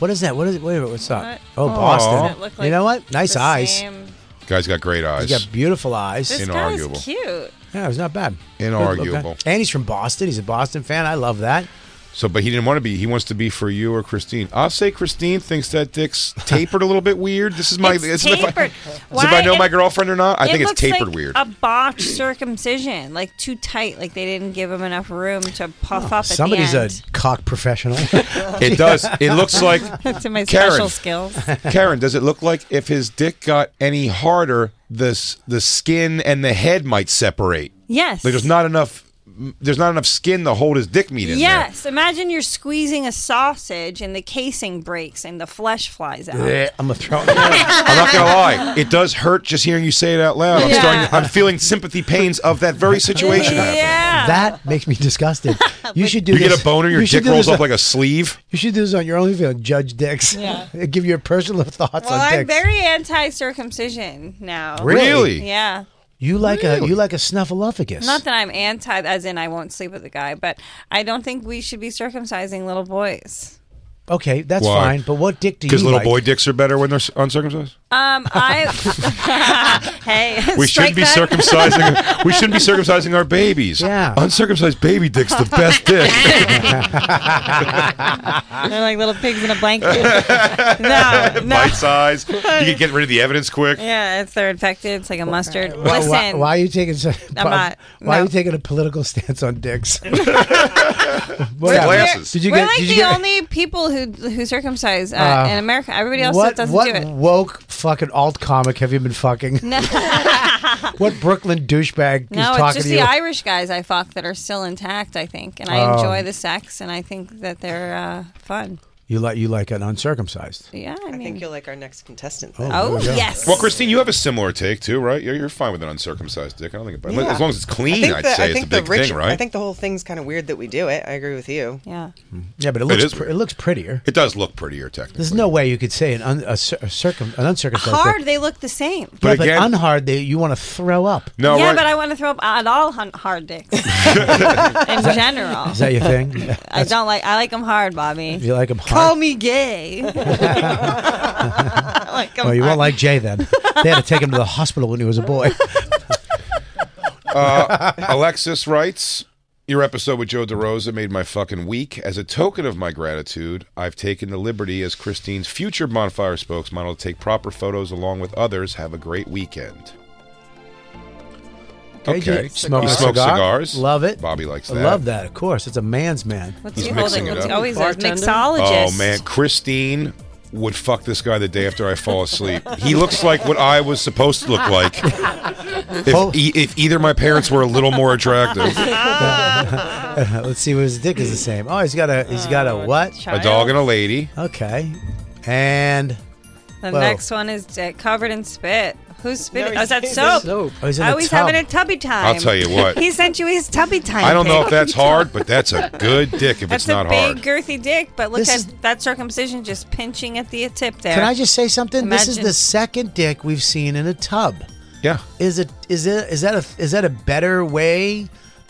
S2: What is that? What is it? Wait, a minute, what's
S3: What?
S2: that? Oh,
S3: Oh,
S1: does
S2: Boston.
S3: it look
S2: you know
S3: like
S2: what? Nice
S3: the
S2: eyes.
S3: same-
S1: Guy's got great eyes.
S2: He's got beautiful eyes.
S3: This
S1: Inarguable.
S3: guy's cute.
S2: yeah, it was not bad. Good looking.
S1: Inarguable.
S2: And he's from Boston. He's a Boston fan. I love that.
S1: So, but he didn't want to be. He wants to be for you or Christine. I'll say Christine thinks that dick's tapered a little bit weird. This is my.
S3: It's
S1: this is if I-
S3: tapered.
S1: this is if
S3: Why
S1: I know my
S3: it-
S1: girlfriend or not, I
S3: it
S1: think it's
S3: looks
S1: tapered
S3: like
S1: weird.
S3: A botched circumcision, like too tight, like they didn't give him enough room to puff up. At
S2: Oh, Somebody's
S3: the
S2: a
S3: end.
S2: cock
S3: [laughs]
S2: professional. [laughs]
S1: It does. It looks like
S3: That's in my
S1: Karen.
S2: [laughs]
S3: special skills.
S1: Karen, does it look like if his dick got any harder, the s- the skin and the head might separate?
S3: Yes.
S1: Like there's not enough. There's not enough skin to hold his dick meat in there.
S3: Yes. Imagine you're squeezing a sausage and the casing breaks and the flesh flies out.
S1: Yeah, I'm gonna throw. I'm not gonna lie. It does hurt just hearing you say it out loud. I'm
S3: Yeah.
S1: starting. I'm feeling sympathy pains of that very
S3: [laughs]
S1: situation. happening.
S2: That makes me disgusted. You should do.
S1: You
S2: this.
S1: get a boner, your
S2: You should
S1: dick
S2: do
S1: rolls
S2: this
S1: up
S2: on-
S1: like a sleeve.
S2: You should do this on your OnlyFans, Judge Dicks.
S3: Yeah.
S2: It'd [laughs] Give your personal thoughts
S3: Well,
S2: on
S3: I'm
S2: dicks.
S3: very anti-circumcision now.
S2: Really?
S3: Oh, Yeah.
S2: you like a you like a snuffleupagus.
S3: Not that I'm anti, as in I won't sleep with a guy, but I don't think we should be circumcising little boys.
S2: okay, that's
S1: Why?
S2: fine. But what dick do you
S1: Because little
S2: like?
S1: boy dicks are better when they're s- uncircumcised.
S3: Um,
S1: [laughs]
S3: I hey, [laughs]
S1: We
S3: strike
S1: shouldn't be
S3: that.
S1: circumcising. we shouldn't be circumcising our babies. Yeah, uncircumcised baby dick's the best dick.
S3: They're like little pigs in a
S1: [laughs]
S3: blanket. no, no.
S1: Bite size. You can get rid of the evidence quick.
S3: Yeah, if they're infected, it's like a mustard.
S2: Why,
S3: Listen,
S2: why, why are you taking? so-
S3: I'm not-
S2: why are
S3: no.
S2: you taking a political stance on
S3: [laughs]
S2: dicks? [laughs]
S3: we're,
S2: Whatever.
S3: we're-
S2: Did you
S3: we're
S2: get?
S3: like
S2: did
S3: the
S2: you get,
S3: only people who who circumcise uh,
S2: Uh,
S3: in America. Everybody else
S2: what,
S3: doesn't
S2: what
S3: do it.
S2: woke fucking alt comic have you been fucking?
S3: [laughs] No, [laughs]
S2: what Brooklyn douchebag is
S3: no,
S2: talking
S3: it's just
S2: to
S3: the
S2: you?
S3: Irish guys I fuck that are still intact. I think, and I
S2: Oh.
S3: enjoy the sex, and I think that they're uh, fun.
S2: you like you like an uncircumcised.
S3: Yeah, I, mean,
S4: think you'll like our next contestant.
S2: Oh,
S4: then.
S2: there we go.
S1: Well, Christine, you have a similar take too, right? You're, you're fine with an uncircumcised dick. I don't think it,
S4: Yeah.
S1: as long as it's
S4: I
S1: clean,
S4: think
S1: I'd
S4: the- I
S1: say it's a
S4: think
S1: big
S4: the rich-
S1: thing, right?
S4: I think the whole thing's kind of weird that we do it. I agree with you.
S3: Yeah.
S2: Yeah, but it
S1: It
S2: looks
S1: is
S2: pr- it looks prettier.
S1: it does look prettier technically.
S2: There's no way you could say an un, a, cir- a circum an uncircumcised.
S3: hard.
S2: dick.
S3: They look the same.
S2: Yeah,
S1: But
S2: but
S1: again-
S2: unhard, they, you want to throw up.
S3: yeah, but I want to throw up at all hun- hard
S1: [laughs]
S3: dicks in general.
S2: Is that your
S3: [laughs]
S2: thing? [laughs]
S3: I
S2: That's-
S3: don't like. I like them hard, Bobby.
S2: You like 'em hard?
S3: Call me
S2: [laughs]
S3: gay. I like 'em
S2: well, you won't
S3: hard.
S2: like Jay
S3: [laughs]
S2: then. They had to take him to the hospital when he was a
S1: [laughs]
S2: boy.
S1: Uh, [laughs] Alexis writes, Your episode with Joe DeRosa made my fucking week. As a token of my gratitude, I've taken the liberty as Christine's future bonfire spokesmodel to take proper photos along with others. Have a great weekend.
S2: Okay,
S1: Okay.
S2: you smoke
S1: he
S2: a
S1: smokes
S2: cigar.
S1: cigars.
S2: Love it.
S1: Bobby likes
S2: I
S1: that.
S2: love that. Of course, it's a man's
S3: [laughs]
S2: man.
S3: What's
S1: He's
S3: he
S1: mixing
S3: holding?
S1: it
S3: What's he
S1: up.
S3: always a
S5: Bartender?
S3: mixologist?
S1: Oh man, Christine would fuck this guy the day after I fall asleep. he looks like what I was supposed to look
S2: [laughs]
S1: like. If, e- if either my parents were a little more attractive,
S3: Ah.
S2: [laughs] Let's see what his dick is the same. Oh, he's got a he's got a what?
S1: a dog and a lady.
S2: Okay, and
S3: The
S2: Whoa.
S3: next one is dick covered in spit. Who's spitting?
S4: No,
S3: oh, is that
S4: he's-
S3: soap?
S2: Soap. Oh, he's in
S3: I
S2: a
S3: always
S2: tub.
S3: having a tubby time.
S1: I'll tell you what.
S3: He sent you his tubby time.
S1: I don't know
S3: pic.
S1: if that's hard, but that's a good dick if
S3: That's
S1: it's not
S3: a big
S1: hard.
S3: girthy dick, but look
S2: This
S3: at
S2: is-
S3: that circumcision just pinching at the tip there.
S2: can I just say something? This is
S3: Imagine-
S2: the second dick we've seen in a tub.
S1: Yeah.
S2: Is it is it is that a is that a better way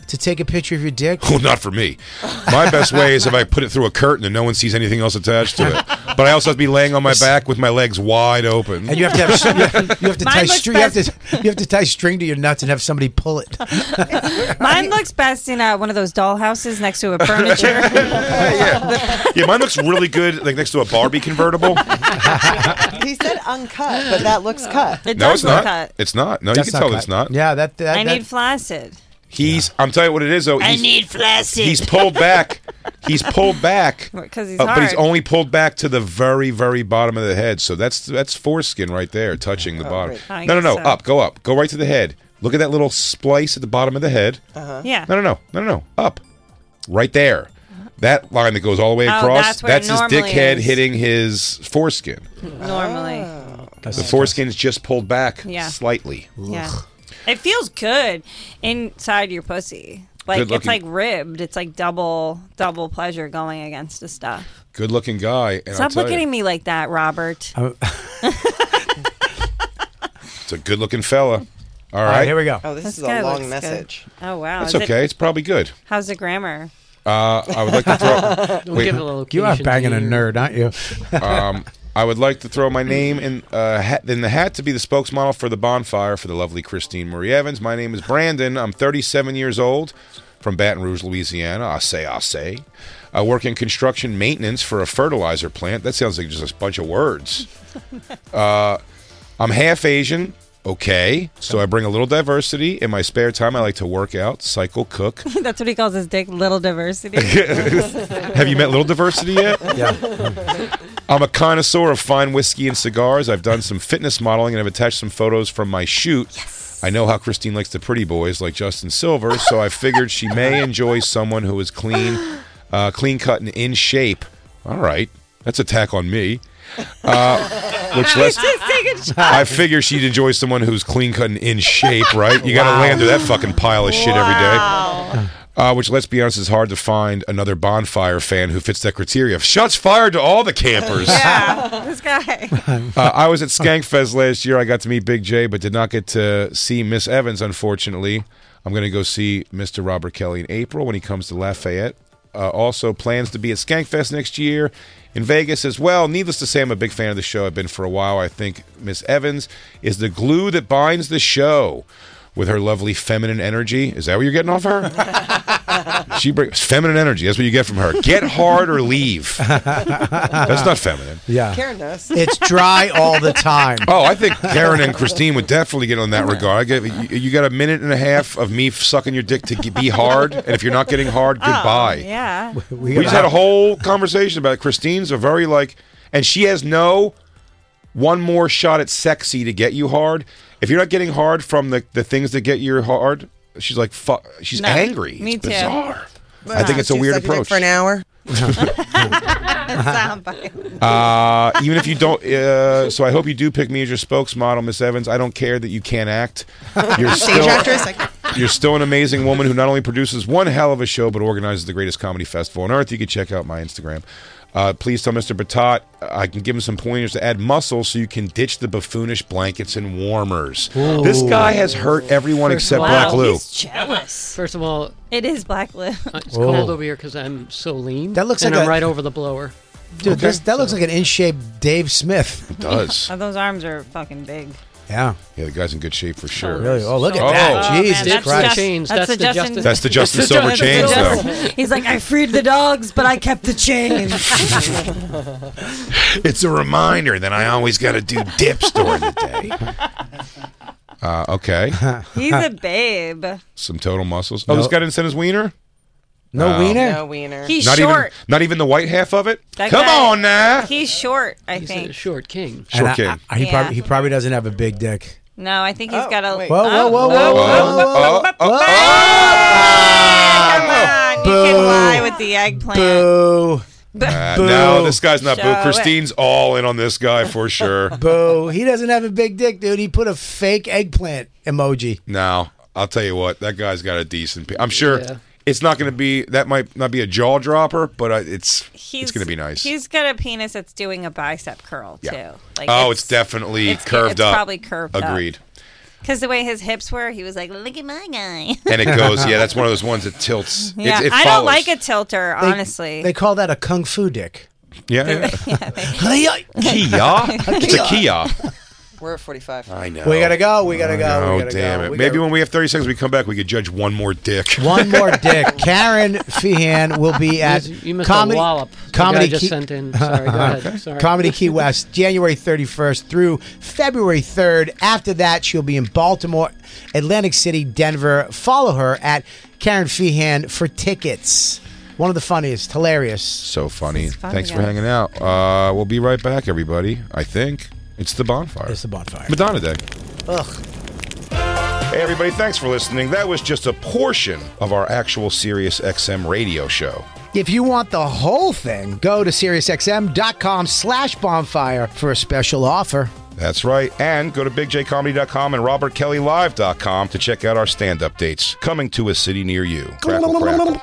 S2: to take a picture of your
S1: [laughs]
S2: dick?
S1: Well, not for me. My best way is if I put it through a curtain and no one sees anything else attached to it. But I also have to be laying on my back with my legs wide open.
S2: And you have to have you have, you have to
S3: Mine
S2: tie
S3: looks
S2: string. You have to you have to tie string to your nuts and have somebody pull it.
S1: Oh,
S3: Mine looks best in uh, one of those dollhouses
S1: [laughs]
S3: next to a furniture.
S1: yeah, mine looks really good, like next to a Barbie
S3: [laughs]
S1: convertible.
S4: he said uncut, but that looks cut.
S3: It
S1: No,
S3: does
S1: it's not.
S3: look cut.
S1: It's not. No,
S2: That's
S1: you can tell
S2: cut.
S1: it's not.
S2: Yeah, that that,
S3: I
S2: that-
S3: need flaccid.
S1: He's. I'm telling you what it is though. He's,
S3: flaccid.
S1: he's pulled back. He's pulled
S3: [laughs]
S1: back.
S3: because he's
S1: Uh,
S3: hard.
S1: but he's only pulled back to the very, very bottom of the head. So that's that's foreskin right there, touching the bottom.
S3: I
S1: No, no, no.
S3: guess so.
S1: Up, go up, go right to the head. Look at that little splice at the bottom of the head.
S3: Uh-huh. Yeah.
S1: No, no, no, no, no, no. Up, right there. That line that goes all the way
S3: Oh,
S1: across.
S3: that's where it
S1: his
S3: normally
S1: dickhead
S3: is.
S1: hitting his foreskin.
S3: Normally.
S1: the foreskin's just pulled back
S3: Yeah.
S1: slightly.
S3: Yeah. It feels good inside your pussy. Like
S1: Good
S3: it's like
S1: looking.
S3: ribbed. It's like double double pleasure going against the stuff.
S1: Good-looking guy. And I'll
S3: Stop
S1: tell
S3: looking
S1: you,
S3: at me like that, Robert.
S1: It's a good-looking fella. All
S2: All
S1: right,
S2: right, here we go.
S4: Oh, this
S3: Let's
S4: is
S3: go,
S4: a long
S3: let's go.
S4: message.
S3: Oh wow.
S1: That's
S3: Is it-
S1: okay. It's probably good.
S3: how's the grammar? [laughs]
S1: Uh, I would like to throw.
S5: Don't give it a location.
S2: you are banging a nerd, aren't [laughs] you?
S1: um, I would like to throw my name in uh, hat, in the hat to be the spokesmodel for the bonfire for the lovely Christine Marie Evans. My name is Brandon. I'm 37 years old. from Baton Rouge, Louisiana. I say, I say. I work in construction maintenance for a fertilizer plant. That sounds like just a bunch of words. Uh, I'm half Asian. Okay, so I bring a little diversity. In my spare time, I like to work out, cycle, cook. [laughs]
S3: That's what he calls his dick, little diversity.
S1: Have you met Little Diversity yet? Yeah. I'm a connoisseur of fine whiskey and cigars. I've done some fitness modeling and I've attached some photos from my shoot. Yes. I know how Christine likes the pretty boys like Justin Silver, so I figured she may enjoy someone who is clean, uh, clean cut and in shape. All right, that's attack on me. Uh, which lets [laughs] I figure she'd enjoy someone who's clean cut and in shape, right? You got to
S10: Wow.
S1: land through that fucking pile of shit every
S10: Wow.
S1: day. Uh, which, let's be honest, is hard to find another bonfire fan who fits that criteria. Shots fired to all the campers.
S3: yeah, this guy.
S1: Uh, I was at Skankfest last year. I got to meet Big J, but did not get to see Miss Evans, unfortunately. I'm going to go see Mr. Robert Kelly in April when he comes to Lafayette. Uh, also, plans to be at Skankfest next year in Vegas as well. Needless to say, I'm a big fan of the show. I've been for a while. I think Miss Evans is the glue that binds the show with her lovely feminine energy. Is that what you're getting off her? she brings feminine energy. That's what you get from her. Get hard or leave. That's not feminine.
S2: Yeah.
S4: Karen knows.
S2: It's dry all the
S1: [laughs]
S2: time.
S1: Oh, I think Karen and Christine would definitely get on that regard. I give you, you got a minute and a half of me sucking your dick to g- be hard, and if you're not getting hard,
S4: Oh,
S1: goodbye. [laughs]
S3: yeah.
S1: We, just had a whole conversation about it. Christine's a very like, and she has no one more shot at sexy to get you hard. If you're not getting hard from the, the things that get you hard, she's like, fu- she's
S4: No,
S1: angry.
S4: Me
S1: it's
S4: too.
S1: bizarre. I think it's a
S4: She's
S1: weird
S4: like, you like
S1: approach.
S4: for an hour.
S1: Uh, even if you don't, uh, so I hope you do pick me as your spokesmodel, Miss Evans. I don't care that you can't act.
S4: [laughs]
S1: You're
S4: Stage
S1: still,
S4: actress, like-
S1: [laughs] you're still an amazing woman who not only produces one hell of a show but organizes the greatest comedy festival on earth. You can check out my Instagram. Uh, please tell Mr. Batat uh, I can give him some pointers to add muscle so you can ditch the buffoonish blankets and warmers. This guy has hurt everyone except Black Lou.
S3: He's jealous.
S5: First of all, uh,
S3: it is Black Lou.
S5: It's cold over here because I'm so lean.
S2: That looks
S5: and
S2: like
S5: I'm
S2: a-
S5: right over the blower.
S2: Dude, this, that looks like an in shape Dave Smith. It
S3: Oh, those arms are fucking big.
S2: Yeah.
S1: Yeah, the guy's in good shape for sure.
S2: Really? Oh, look at
S1: Oh.
S2: that.
S3: Oh,
S2: Jesus
S3: man, that's
S2: Christ.
S3: just- Chains, that's that's the the Justin- Justin-
S1: That's the Justin
S3: that's [laughs] the
S1: Silver
S3: Justin-
S1: chains,
S3: that's
S1: though.
S3: the He's like, I freed the dogs, but I kept the chains.
S1: it's a reminder that I always got to do dips during the
S2: [laughs]
S1: day. Uh, okay.
S3: [laughs] He's a babe.
S1: Some total muscles. Oh,
S2: No.
S1: this guy didn't send his wiener?
S2: No wiener?
S3: No wiener. He's short.
S1: Even, not even the white half of it?
S3: That
S1: Come
S3: guy-
S1: on now.
S3: He's short, I think.
S5: short king.
S2: And
S1: Short
S2: I-
S1: king.
S2: I- he,
S3: Yeah.
S2: probably, he probably doesn't have a big dick. Oh,
S3: No, I think he's got a. Oh.
S2: Whoa, whoa, whoa, whoa, whoa,
S1: Oh,
S2: whoa, whoa, whoa.
S3: Come on, you can lie with the eggplant. [laughs]
S2: Boo.
S1: Uh,
S2: Boo.
S1: no, this guy's not
S3: Show
S1: boo. Christine's all in on this guy for sure.
S2: [laughs] Boo. He doesn't have a big dick, dude. He put a fake eggplant emoji.
S1: No, I'll tell you what. That guy's got a decent. Pe- I'm sure it's not going to be. That might not be a jaw dropper, but uh, it's it's going to be nice.
S3: He's got a penis that's doing a bicep curl
S1: Yeah.
S3: too.
S1: oh, it's, definitely
S3: it's-
S1: curved
S3: it's
S1: up.
S3: probably curved up.
S1: Agreed.
S3: because the way his hips were, he was like, "Look at my guy." [laughs]
S1: And it goes. Yeah, that's one of those ones that tilts. It-
S3: yeah,
S1: it
S3: I don't
S1: follows.
S3: like a tilter,
S2: They-
S3: honestly.
S2: They call that a kung fu dick.
S1: Yeah.
S3: [laughs] uh,
S2: Hi-ya.
S1: uh, Kia. [laughs] It's a Kia.
S4: We're at 45.
S1: I know.
S2: We gotta go. We gotta
S1: I
S2: go.
S1: know,
S2: we gotta
S1: Oh, damn
S2: go.
S1: it.
S2: We
S1: Maybe when we have 30 seconds, we come back, we could judge one more dick.
S2: One more dick. Karen Feehan will be at
S5: You missed a
S2: comedy.
S5: wallop. The
S2: Comedy
S5: guy just
S2: Key-
S5: sent
S2: [laughs]
S5: in. Sorry, go ahead. Sorry.
S2: Comedy
S5: [laughs]
S2: Key West, January 31st through February 3rd. After that, she'll be in Baltimore, Atlantic City, Denver. Follow her at Karen Feehan for tickets. One of the funniest, hilarious.
S1: So funny.
S2: fun,
S1: Thanks for
S2: guys.
S1: hanging out. Uh, we'll be right back, everybody. I think it's the bonfire. It's
S2: the bonfire.
S1: Madonna Day.
S2: Ugh.
S1: Hey, everybody. Thanks for listening. That was just a portion of our actual Sirius XM radio show.
S2: If you want the whole thing, go to SiriusXM.com slash bonfire for a special offer.
S1: That's right. And go to bigjcomedy.com and robertkellylive.com to check out our stand up dates coming to a city near you. Crackle, crackle.